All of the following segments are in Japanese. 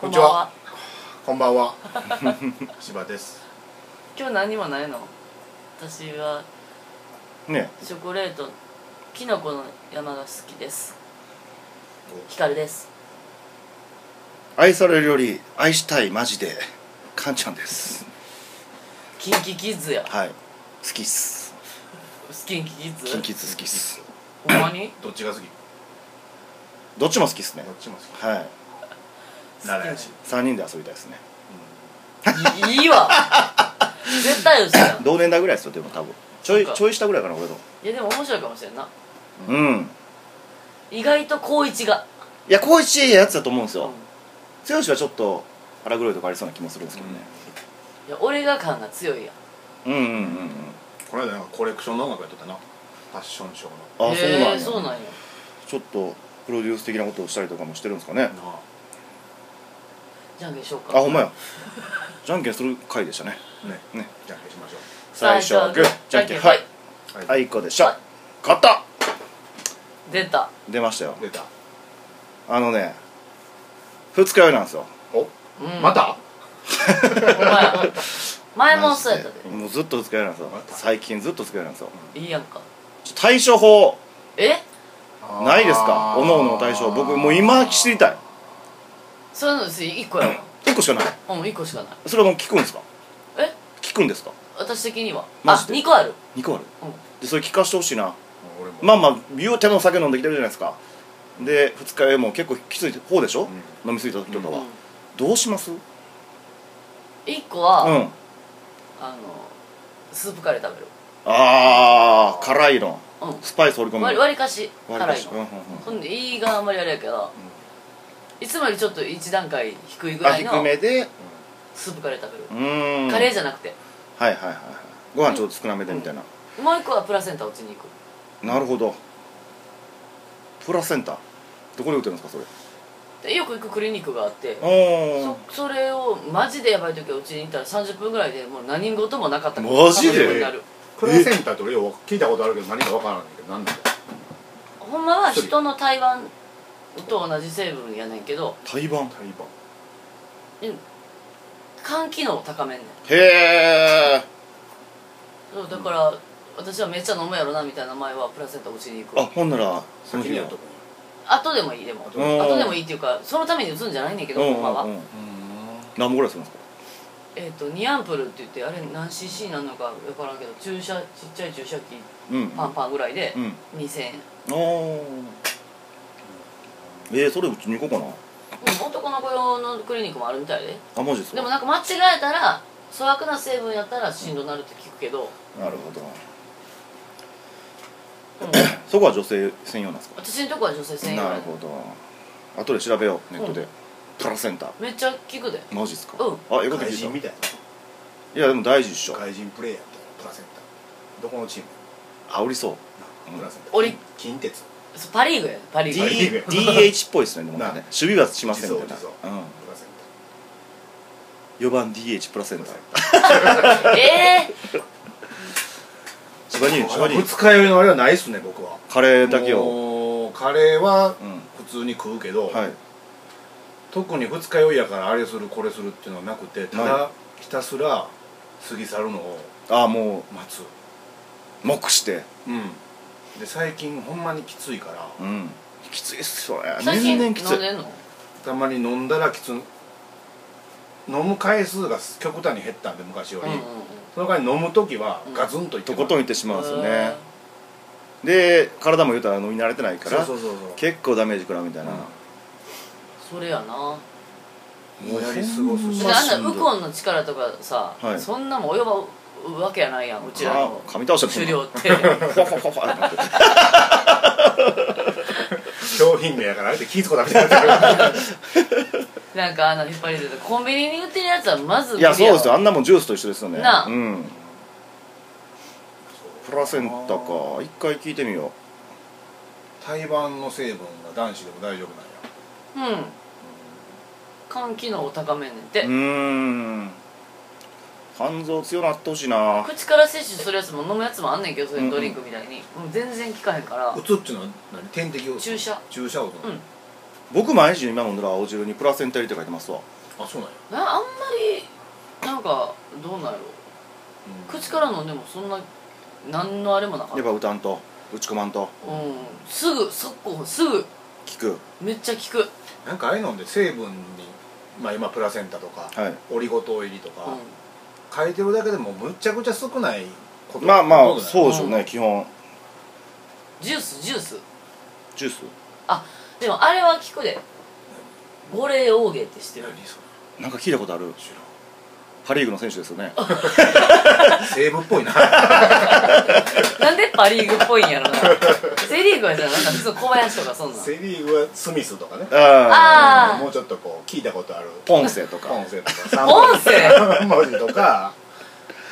こんにちは。こんばんは。 芝です。今日何もないの私はね。チョコレートキノコの山が好きですヒカルです愛されるより愛したいマジでカンちゃんですキンキキッズやはい好きっすキンキキッズキンキッズ好きっすほんまにどっちが好き？どっちも好きっすねどっちも好はいき。ならやし。 3人で遊びたいですねいいいわ絶対嘘やん同年代ぐらいですよでも多分ちょいそっかちょい下ぐらいかな俺のいやでも面白いかもしれんなうん意外と高一がいや高一やつだと思うんですうんよ剛はちょっと腹黒いとこありそうな気もするんですけどねいや俺が感が強いやんうんうんうんうんこの間なんかコレクションの音楽やっとったな。ファッションショーの。あへそうなんやーそうなんやちょっとプロデュース的なことをしたりとかもしてるんですかねなあじゃんけんしようあかほん まやじゃんけんする回でしたねね。ねじゃんけんしましょ最初はグーじゃんけんはいはあい。いこでしょ勝った出た出ましたよ出た。あのね二日酔いなんですよお。うんまた？お前前もそうやったでもうずっと二日酔いなんですよまた最近ずっと二日酔いなんですよいいやんかちょ対処法えないですかおのの対処僕もう今知りたいそういうの1個やわ一個しかないうん1個しかないそれはもう聞くんですかえ聞くんですか私的にはマあジで二2個ある二個あるうんでそれ聞かしてほしいな俺も。まあまあ言うても酒飲んできてるじゃないですかで二日酔いも結構きつい方でしょ、飲みすぎた時とかは、うんどうしますう1個は、んあのスープカレー食べるあー辛いのうスパイス織り込んむ割割りかし割辛りいかしの、うんうんほんでいいがあんまりあれやけど、いつもよりちょっと1段階低いぐうんあらい低のめでスープカレー食べるう、ーんカレーじゃなくてはいはいはいはいご飯ちょっと少なめでみたいな、もう1個はプラセンタ落ちに行くなるほどプラセンタどこで売ってるんですかそれでよく行くクリニックがあっておそそれをマジでやばい時はうちに行ったら30分ぐらいでもう何事もなかったからマジで30分になるプレセンターって俺よく聞いたことあるけど何かわからないけど何なんだよ。ほんまは人の胎盤と同じ成分やねんけど胎盤タイバ肝機能を高めんねんへえそうだから、私はめっちゃ飲むやろなみたいな前はプラセンタ落ちに行くあほんならその先日にやはっとく。後でもいいでも後うんでもいいっていうかそのために打つんじゃないねんけどうんほんまは、うんうん何本ぐらいするんですかえっ、と2アンプルって言ってあれ何 cc なのか分からんけど注射ちっちゃい注射器うんパンパンぐらいでうん2000円、おーえー、それうちに行こうかなうん男の子用のクリニックもあるみたいであマジですかでもなんか間違えたら粗悪な成分やったらしんどなるって聞くけど、なるほど うんそこは女性専用なんですか私のとこは女性専用やなねるほど後で調べようネットで、うんプラセンタめっちゃ聞くでマジですかうんあよかった外聞人みいたいたいやでも大事っしな。ょ外人プレイヤーみたいなプラセンター。どこのチーム？煽りそうなプラセンター。オリ近鉄。そうパ・リーグやねパ・リーグ、リーグ D DH っぽいですねでもねな守備はしませんみたい自走な、うん、プラセンター。 4番 DH プラ センタええ芝に芝に二日酔いのあれはないっすね僕はカレーだけををカレーはうん普通に食うけど、はい特に二日酔いやからあれするこれするっていうのはなくてたはだひたすら過ぎ去るのをああも待つう黙してうんで最近ほんまにきついからうんきついっすよねー、最近年飲ん々きついでんのたまに飲んだらきつ飲む回数が極端に減ったんで昔ようんり、うんうんその代わり飲む時はガツンといってとますことんいってしまうんですよねで体も言うたら飲み慣れてないからそうそうそうそう結構ダメージ食らうみたいなうんそれやなもうやり過ごすうしだってまああんなウコンの力とかさ、はいそんなもん及ばうわけやないやんうちらあの噛み倒した狩終了猟ってふわふわふわふわってなって商品名やからあれって気ぃつこだけじゃなくて なんかあの引っ張り出てコンビニに売ってるやつはまず いやそうですよあよんなもんジュースと一緒ですよねなあうんプラセンタか一回聞いてみよ胎盤の成分が男子でも大丈夫なんやうん肝機能を高めんねんて、ううーん肝臓強なってほしいな口から摂取するやつも飲むやつもあんねんけどそういうドリンクみたいに、もう全然効かへんから打つっていうのは何点滴を注射注射を打つの、うん僕毎日今飲んでる青汁にプラセンタ入りって書いてますわあそうなんや、なあんまりなんかどうなんやろ口から飲んでもそんな何のあれもなかっやったぱ歌んと打ち込まんとうんすぐ速攻すぐ聞くめっちゃ効くなんかああいうので成分に、まあ、今プラセンタとか、はいオリゴ糖入りとか、う書いてるだけでもむっちゃくちゃ少ないことまあまあうそうでしょうね、う基本んジュースジュースジュースあでもあれは効くで五霊王芸って知って何るそれなんか聞いたことある知らパ・リーグの選手ですよねん西武っぽいなあなんでパ・リーグっぽいんや ろなセ・リーグはじゃあなんか普通小林とかそんなんセ・リーグはスミスとかねあああーもうちょっとこう聞いたことあるポンセとポかンセとか三ポンセ 文字とか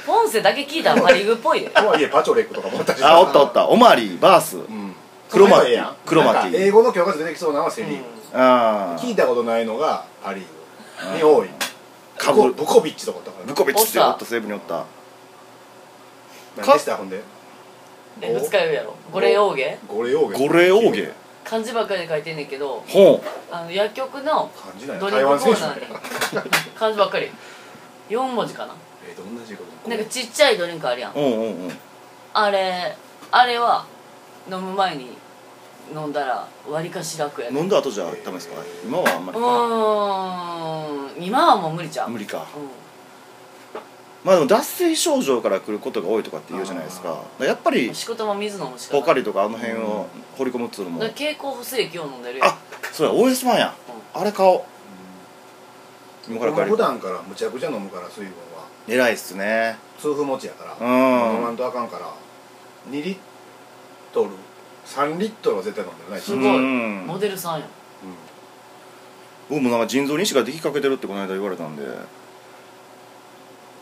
ポンセだけ聞いたらパ・リーグっぽいでとはいえパチョレックとかもあったしあおったおったオマリーバースうんクロマそテういうのええィやんクロマティなんか英語の教科書出てきそうなのはセ・リーグ、あ聞いあたことないのがパ・リーグに多いかブコぶブコビッチとかだからブコビッチっておったおった西武におった何でしたほんでえ二日酔いやろ五霊王芸ゴレオーゲゴレオーゲ漢字ばっかりで書いてんねんけどほんあの薬局の感じないドリン台クコ湾選ー 手みナたーにいな漢字ばっかり4文字かなえどんな字かなんかちっちゃいドリンクあるやんうんうんうんあれあれは飲む前に飲んだらわりかし楽やね飲んだ後じゃダメですか今はあんまうりかーん今はもう無理じゃん無理理かうんまあでも脱水症状から来ることが多いとかって言うじゃないですかあーだからやっぱり仕事も水飲むしかポカないリとかあの辺を掘り込むっつうのもだから蛍光補正液を飲んでるやんあそうや OS1 やあれ買おう今から僕帰普る段からむちゃくちゃ飲むから水分は偉いっすね痛風持ちやからう飲まんんとあかんから2リットル3リットルは絶対飲んでないしすごいうんモデルさんやん僕もなんか腎臓に意識ができかけてるってこの間言われたんで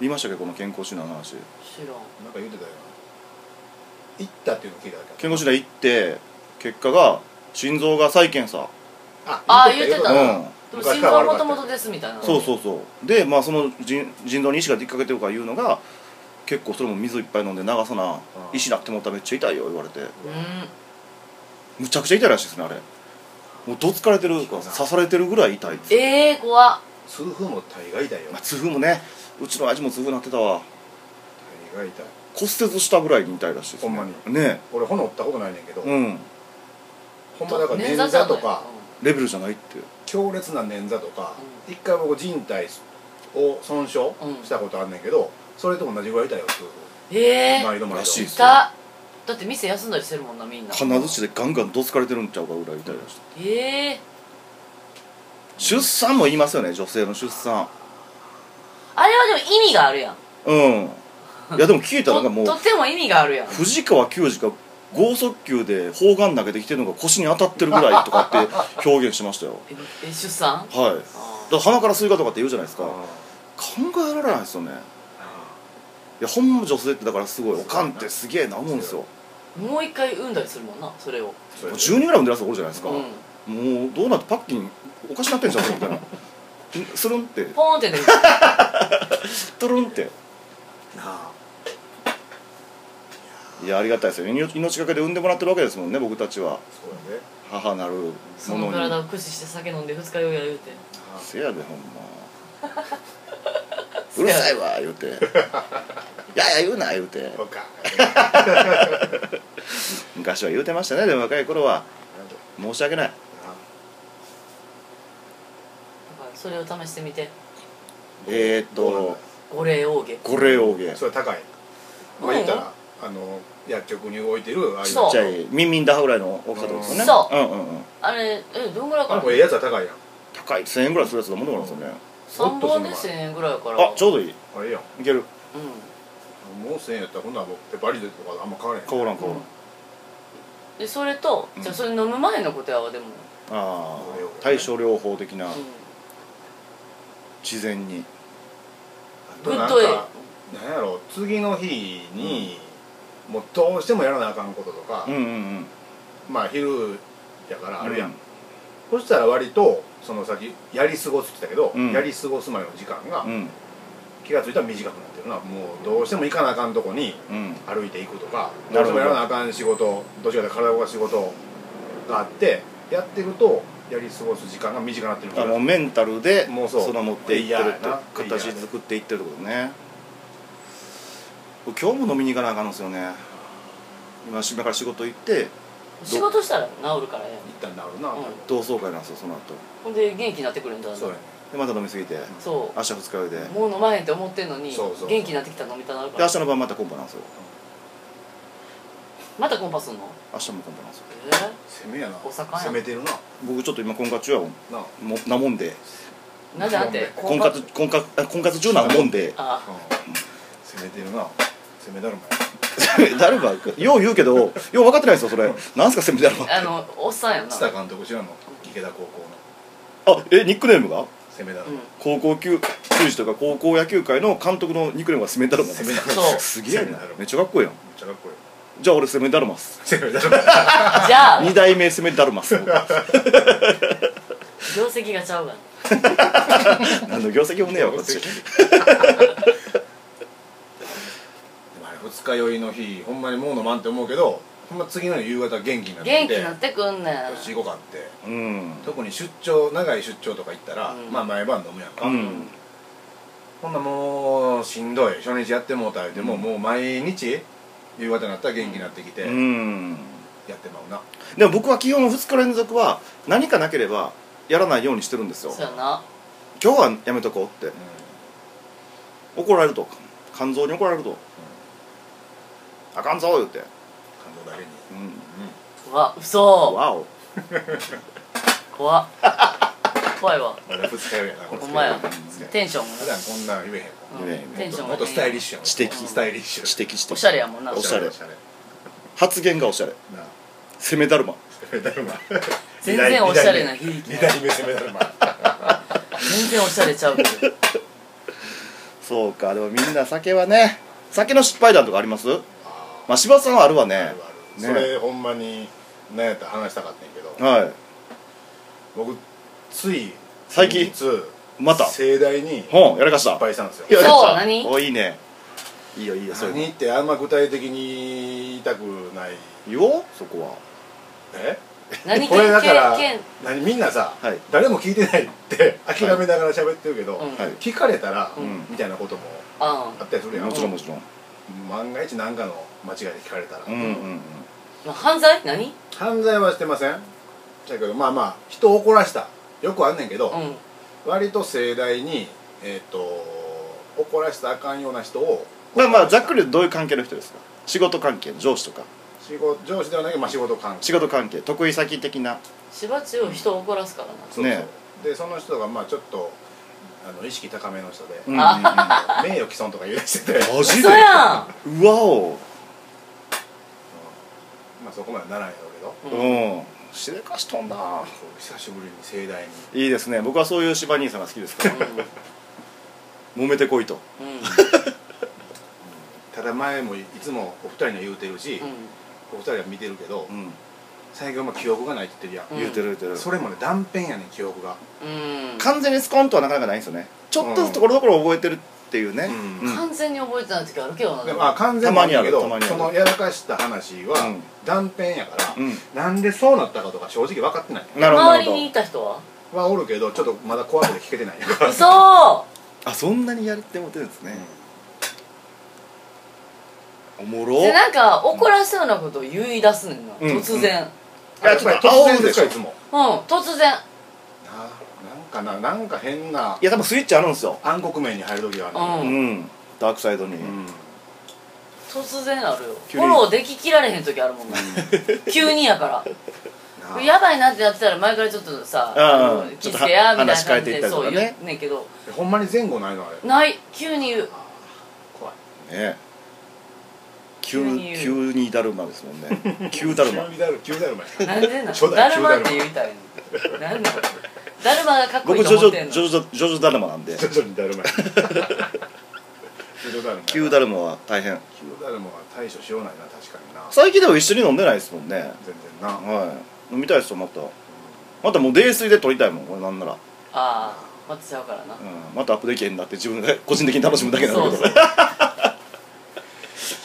言いましたっけこの健康診断の話知らんなんか言ってたよな行ったっていうの聞いただけ健康診断行って結果が心臓が再検査ああー言ってたううんでも心臓はもともとですみたいなそうそうそうでまあその腎腎臓に石ができかけてるから言うのが結構それも水いっぱい飲んで流さなうん石なってもったらめっちゃ痛いよ言われてうんむちゃくちゃ痛いらしいですねあれもうどつかれてる刺されてるぐらい痛いっつってええー、怖っ痛風も大概だよまあ痛風もねうちの味も痛風なってたわ大概痛い骨折したぐらいに痛いらしいです、ほね、んまにね俺骨折ったことないねんけどえうんほんまだから捻挫と捻挫じゃないかレベルじゃないって強烈な捻挫とかう一回僕靭帯を損傷うんしたことあんねんけどそれと同じぐらい痛いよ痛うんええ風ー、毎度毎らし度いっいすただって店休んだりしてるもんなみんな金槌でガンガンどつかれてるんちゃうかぐらい痛いらしい、ええー、出産も言いますよね女性の出産あれはでも意味があるやんうんいやでも聞いたらなんかもうととっても意味があるやん藤川球児が剛速球で砲丸投げてきてるのが腰に当たってるぐらいとかって表現しましたよええ出産はいだから鼻からスイカとかって言うじゃないですかあ考えられないですよねあいやほんま女性ってだからすごいおかんってすげえな思うんですよもう一回産んだりするもんなそれをそれもうで10人ぐらい産んでるやつおるじゃないですか、うんもうどうなってパッキンおかしなってんじゃんみたいな んスルンってポーン って出るトルンってなあいやありがたいですよ命命がけで産んでもらってるわけですもんね僕たちそはうやね母なるもその体のをに駆使して酒飲んで二日酔いや言うてなあせやでほんまうるさいわ 言うて「いやいや言うな」言うてそうか 昔は言うてましたねでも若い頃は申し訳ないだからそれを試してみてえー、っどうなんとだ五霊王家五霊王芸ちそっれ高いまあ言ったらあの薬局に置いてるああいうそうちゃいミンミンダハぐらいの大きさってことですよねそうんうんうんあれえどんぐらいかあなれもええやつは高いやん高い1000円ぐらいするやつがもんでもらうんですよね3本でもっとすん1000円ぐらいやからあちょうどいいのあれやんいけるうもう1000円やったらほんならもうペパリでとかあんま変わらへん変わらんん変わらんうんでそれと、うんじゃあそれ飲む前のことやわでも、あ五霊王あ対症療法的なう事前にあん、とグなッんドエかなんやろ次の日に、もうどうしてもやらなあかんこととかうん、うんまあ昼やからうんあるやん、そしたら割とその先やり過ごすって言ったけど、うんやり過ごすまでの時間が、うん気が付いたら短くなってるなもうどうしても行かなあかんとこにうん歩いていくとかどなうしてるほどもやらなあかん仕事どっちかというと体を動かす仕事があってやってるとやり過ごす時間が短くなってるかあらもうメンタルでもうそうその持っていってるっていやな形作っていってるってことね今日も飲みに行かなあかんのですよね今今から仕事行って仕事したら治るからね一旦治るな、うん同窓会なんですよその後ほんで元気になってくるんだんだんそうやねでまた飲みすぎてそ明日二日酔いででうもう飲まへんって思ってんのにそうそうそう元気になってきたら飲みたなるか明ら日の晩またコンパなんですよまたコンパすんの明日もコンパなんですよえー攻めやなお魚や攻めてるな僕ちょっと今婚活中やもんなあもなもんでなんでなんて婚活婚活あ婚活中なもんで あうん攻めてるな攻めだるまや誰がよう言うけどよう分かってないですよそれなんすかせめだろあのおっさんやな津田監督知らんの池田高校のあえニックネームが攻めだるうまん高校球球児とか高校野球界の監督のニックネームがセメダルマですセメダルマそうすげえセメなダルマめっちゃかっこいいやんめっちゃかっこいいじゃあ俺セメダルマス攻めだるま やじゃあ二代目セメダルマス業績がちゃうがな何の業績もねえわこっ ちでもあれ二日酔いの日ほんまにもう飲まんって思うけどほんま次の日夕方元気になって元気になってくんねんよし行こうかってうん特に出張長い出張とか行ったら、うんまあ毎晩飲むやんか、ううんんほんなもうしんどい初日やってもうた言うても、うんもう毎日夕方になったら元気になってきて、うんやってまうなでも僕は基本2日連続は何かなければやらないようにしてるんですよそうやな今日はやめとこうって怒られると肝臓に怒られるとあかんぞ言うて感動だけに、うんうわ嘘わお怖っ怖いわまだ二日酔いやなこれほんまや二日酔いテンションも普段こんなん言えへんうんねえテンションももっとスタイリッシュやもん知的スタイリッシュ知的知的おしゃれやもんなおしゃれおしゃれ発言がおしゃれなあセメダルマ攻めだるま全然おしゃれな響き二代目攻めだるま全然おしゃれち ゃうけどそうかでもみんな酒はね酒の失敗談とかありますまあ柴田さんはあるわあねるあるねそれほんまに何やったら話したかったんやけどは僕つい最近先日また盛大にいほんやらかした失敗したんですよやらかした何おいいねいいよいいよそれ何ってあんま具体的に言いたくない言おうそこはえ何これだからけんけん何みんなさはい誰も聞いてないって諦めながら喋ってるけどうんはい聞かれたらうんみたいなこともああったりするやんもちろんもちろん万が一何かの間違いで聞かれたらうんうんうんん犯罪何犯罪はしてませんだけどまあまあ人を怒らしたよくあんねんけど、うん割と盛大にえっ、と怒らしたらあかんような人をまあまあざっくりどういう関係の人ですか仕事関係上司とか仕事上司ではないけど、まあ、仕事関係仕事関係得意先的なしばちを人を怒らすからなそうそうねでその人がまあちょっとあの意識高めの人で、うんうんうん名誉毀損とか言い出してて マジで嘘やうわおまあそこまでならんやろうけどん、うん、うんしでかしとんだそう久しぶりに盛大にいいですね僕はそういう柴兄さんが好きですから揉めてこいとうんうんただ前もいつもお二人には言うてるし、お二人は見てるけど、うん最近はまあ記憶がないって言ってるやん、言うてる言うてるそれもね断片やねん記憶がうん完全にスコンとはなかなかないんですよねちょっとずつところどころ覚えてるっていうねうんうん完全に覚えてない時あるけどなでもあ完全もるけどたまにあるそたまにあのるやらかした話うはん断片やから、うんなんでそうなったかとか正直分かってないなるほどな周るりほにいどた人はは、おるけどちょっとまだ怖くて聞けてないや から嘘あそんなにやってもってるんですねおもろでなんか怒らせそうなことを言い出すねんな、うん突然いややっちょぱっりと突煽然るででししょょいいつつももうん突然ななんかななんか変ないや多分スイッチあるんですよ暗黒面に入る時があうるうんんダークサイドにうん突然あるよ急フにォローでききられへん時あるも んな急にやかならあやばいなってなってたら前からちょっとさああの気付けやちょみったいと話な変え感てじいでったりとそかうね言うねんけどほんまに前後ないのあれない急に言う怖いね急急に言う急にだるまですもんね急だるま 急にだる急だる まやなんでなん初代だるまっ初代て言いたいのなんなんだるまがかっこい僕いジとョジ思っョジてんョのジョジョジョジョだるまなんで徐々にだるまや徐々にだるまや急だるまは大変急だるまは対処しようないな確かにな最近でも一緒に飲んでないですもんね全然なはい飲みたいですよまたまたもう泥酔で撮りたいもん俺なんなら、ああまたちゃうからなうん、またアップできへんなって自分で 個人的に楽しむだけなんだけそどう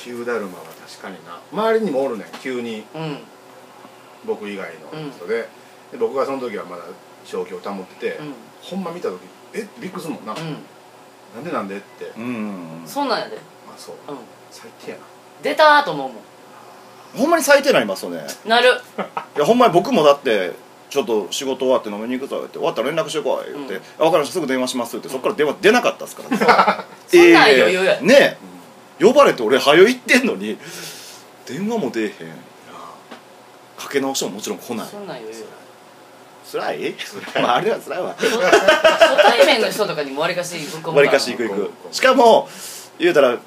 急だるまは確かにな周りにもおるねん急にうん僕以外の人で、で僕がその時はまだ正気を保ってて、うんほんま見た時えっびっくりするもんな、なんでなんでって、うんうんうんそうなんやで、まあそううん、最低やな出たーと思うもんほんまに最低なりますよねなるいやほんまに僕もだってちょっと仕事終わって飲みに行くぞって終わったら連絡してこい言って「うんあ分かりましたすぐ電話します」ってそっから電話出なかったっすから、 そんなん余裕やねえ呼ばれて俺早よ行ってんのに電話も出えへんかけ直してももちろん来ないそんなん余裕や辛いまああれは辛いわ初初対面の人とかにもわりかしぶっ込むからわりかし行く行くしかも言うたら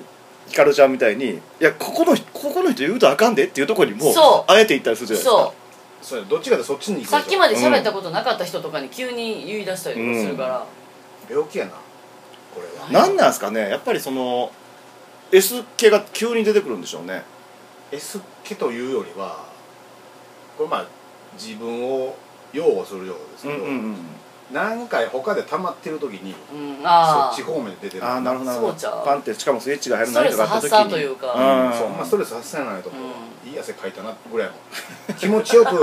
ひかるちゃんみたいにいやここの人ここの人言うとあかんでっていうところにもそうあえて行ったりするじゃないですかそそうやどっちかでそっちに行うくさっきまでで喋ったことなかった人とかに急に言い出したりとかするから、病気やなこれはうなんなんすかねやっぱりその S 系が急に出てくるんでしょうね S 気というよりはこれまあ自分を擁護するようですけど、うん何回他で溜まってる時にうんそあっちあ方面で出てるああなるほどなるほそうちゃどうパンってしかもスイッチが入る何かがあった時ストレにス発散というかうんんそうまあストレス発散やないと、ういい汗かいたなぐらいも気持ちよ く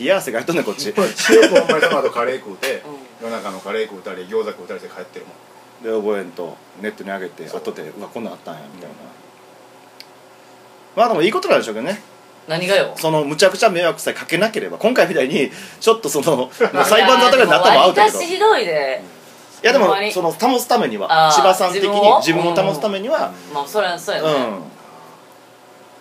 冷や汗が入っとんねんこっち気持ちよくお前様とカレー食うて、う夜中のカレー食うたり餃子食うたりして帰ってるもんで覚えんとネットに上げてそう後でうわこんなんあったんやみたいな、まあでもいいことなんでしょうけどね何がよそのむちゃくちゃ迷惑さえかけなければ今回みたいにちょっと そのもう裁判だ沙汰になったのはアウトだけど私ひどいで、いやでほもんまにその保つためにあはー千葉さん的に自自分分をを保つためにはまあそれはそううやん、ね、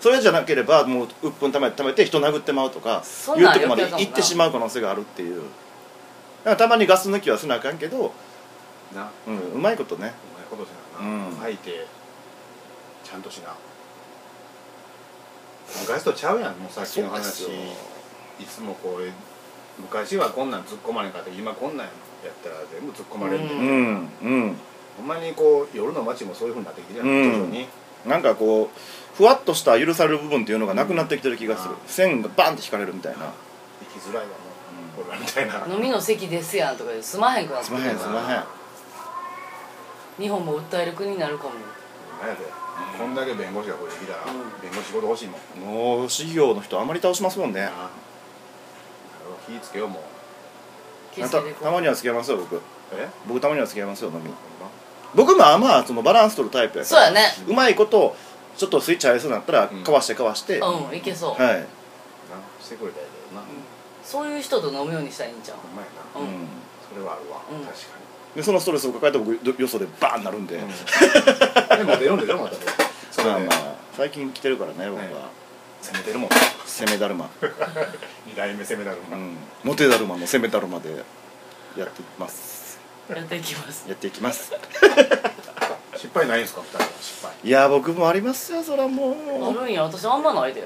それじゃなければもう鬱憤ためためて人殴ってまうとかそんいうなんとこまで余計かもな行ってしまう可能性があるっていうだからたまにガス抜きはせなあかんけど、なうん、うまいことねお前ことじゃなな、うん吐いてちゃんとしな昔とちゃうやんもうさっきの話そういでつすよもこう昔はこんなん突っ込まれんかった今こんなんやったら全部突っ込まれるううね、んうんほんまにこう夜の街もそういうふうになってきてるやん、うん徐々になんかこうふわっとした許される部分っていうのがなくなってきてる気がする、うん線がバンって引かれるみたいな、生きづらいわもう、俺らみたいな飲みの席ですやんとかですまへんくなってすくまるへんすまへん日本も訴える国になるかもなんやで、こんだけ弁護士がこれできたら、うん弁護士仕事欲しいもん、もう修行の人あまり倒しますもんねなあ気ぃつけようもう気た付けていこたまには付き合いますよ僕え僕たまには付き合いますよ飲みにほんま僕もあまあそのバランス取るタイプやうからそうやねうまいことちょっとスイッチ入りそうになったらうんかわしてかわして、はうんいけそう、い、なしてくれたらいいけどな、そういう人と飲むようにしたらいいんちゃうほんまやな、うんうんそれはあるわ、うん確かにでそのストレスを抱えて僕よよそでバーンなるんで、ま でも出るんでしょまたそあうまねあ最近来てるからね僕は、ね攻めてるもん攻めだ るま、二代目攻めだるうもん、ん、モテだるまの攻めだるまでやっていきますやっていき ますやっていきます失敗ないんですか二人は失敗いや僕もありますよそらもあうるんや私あんまないで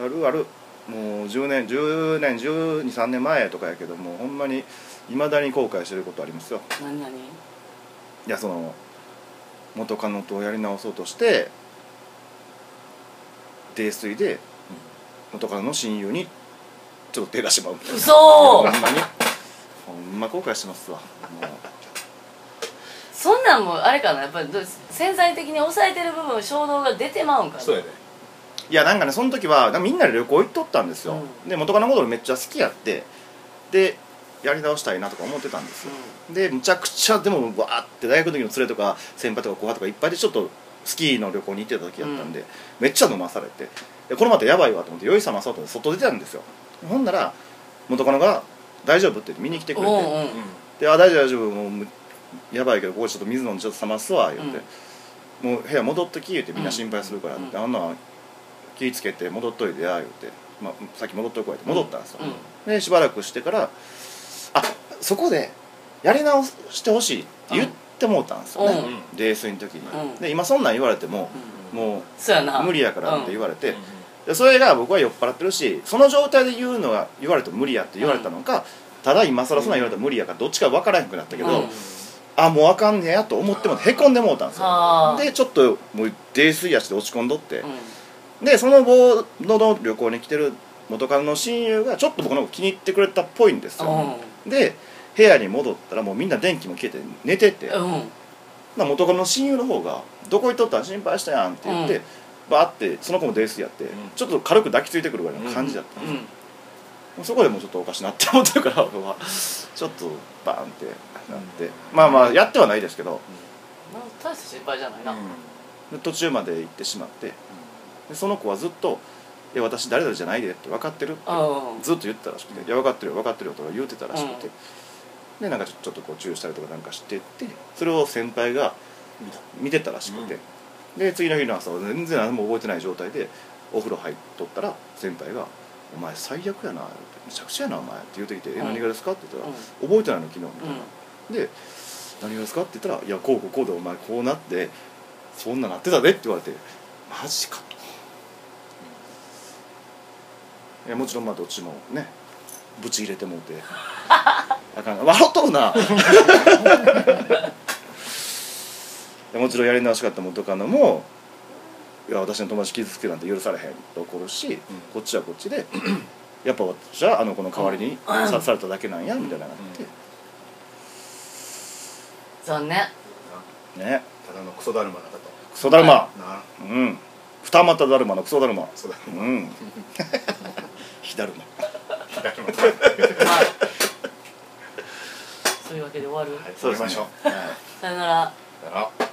あるあるもう10年10年123年前とかやけどもうほんまにいまだに後悔してることありますよ何何いやその元カノとやり直そうとして泥酔で元カノの親友にちょっと手出してまうみたいな嘘ほんまにほんま後悔してますわもそんなんもあれかなやっぱりど潜在的に抑えてる部分衝動が出てまうんかなそうやでういやなんかねその時はなんかみんなで旅行行っとったんですよ、うで元カノのことめっちゃ好きやってでやり直したいなとか思ってたんですよ、でむちゃくちゃでもわーって大学の時の連れとか先輩とか後輩とかいっぱいでちょっとスキーの旅行に行ってた時だったんで、めっちゃ飲まされてでこのまたやばいわと思って酔いさまそうと思って外出たんですよほんなら元カノが「大丈夫?」って言って見に来てくうんれうてんうん「であ大丈夫大丈夫もうむやばいけどここちょっと水飲んでちょっと冷ますわ」言って、もう部屋戻っとき」言ってみんな心配するから」って、うんあんな気ぃつけて戻っといてや」言って、まあ、さっき戻っといこうやって戻ったんですよ、うんでしばらくしてからあそこでやり直してほしいって言ってもうたんですようねん泥酔の時に、うんで今そんなん言われても、うんもそうやなう無理やからって言わわれて、でそれが僕は酔っ払ってるしその状態で言うのは言われても無理やって言われたのか、ただ今更そんなん言われたら無理やからどっちか分からへんくなったけど、うんあもうあかんねやと思ってもへこんでもうたんですよはあでちょっともう泥酔やして落ち込んどって、れでそのボードの旅行に来てる元カノの親友がちょっと僕のこと気に入ってくれたっぽいんですよ、で部屋に戻ったらもうみんな電気も消えて寝てて、うんうんな元カノの親友の方が「どこ行っとったん心配したやん」って言って、うんバーってその子も泥酔やって、んちょっと軽く抱きついてくるぐらいの感じだった、うんもうそこでもうちょっとおかしなって思ってるから僕はちょっとバーンってなって、まあまあやってはないですけど、まあ大した心配じゃないな、で途中まで行ってしまってでその子はずっと「え私誰々じゃないで」って分かってるってああずっと言ってたらしくて「いや分かってるよ分かってるよ」とか言うてたらしくて、うんでなんかちょちょっとこう注意したりとかなんかしてってそれを先輩が見た見てたらしくて、で次の日の朝は全然何も覚えてない状態でお風呂入っとったら先輩が「お前最悪やな」って「むちゃくちゃやなお前」って言うてきて「えうん何がですか?」って言ったうらん「覚えてないの昨日」みたいな。うで「何がですか?」って言ったら「いやこうこうこうでお前こうなってそんななってたで」って言われて「マジか」いやもちろんまあどっちもねぶち入れて もうてあかん笑っとる ないやもちろんやり直し方もとかのも「いや私の友達傷つけなんて許されへん」って怒るし、こっちはこっちで「やっぱ私はあの子の代わりに刺されただけなんや」みたいなのがあって、ん、残念 ねただのクソだるまだったとクソだるま、なうん二股だるまのクソだるまそうだうん 火だるまだるまはいそういうわけで終わる、はいそうしましょうう、はいさよならだから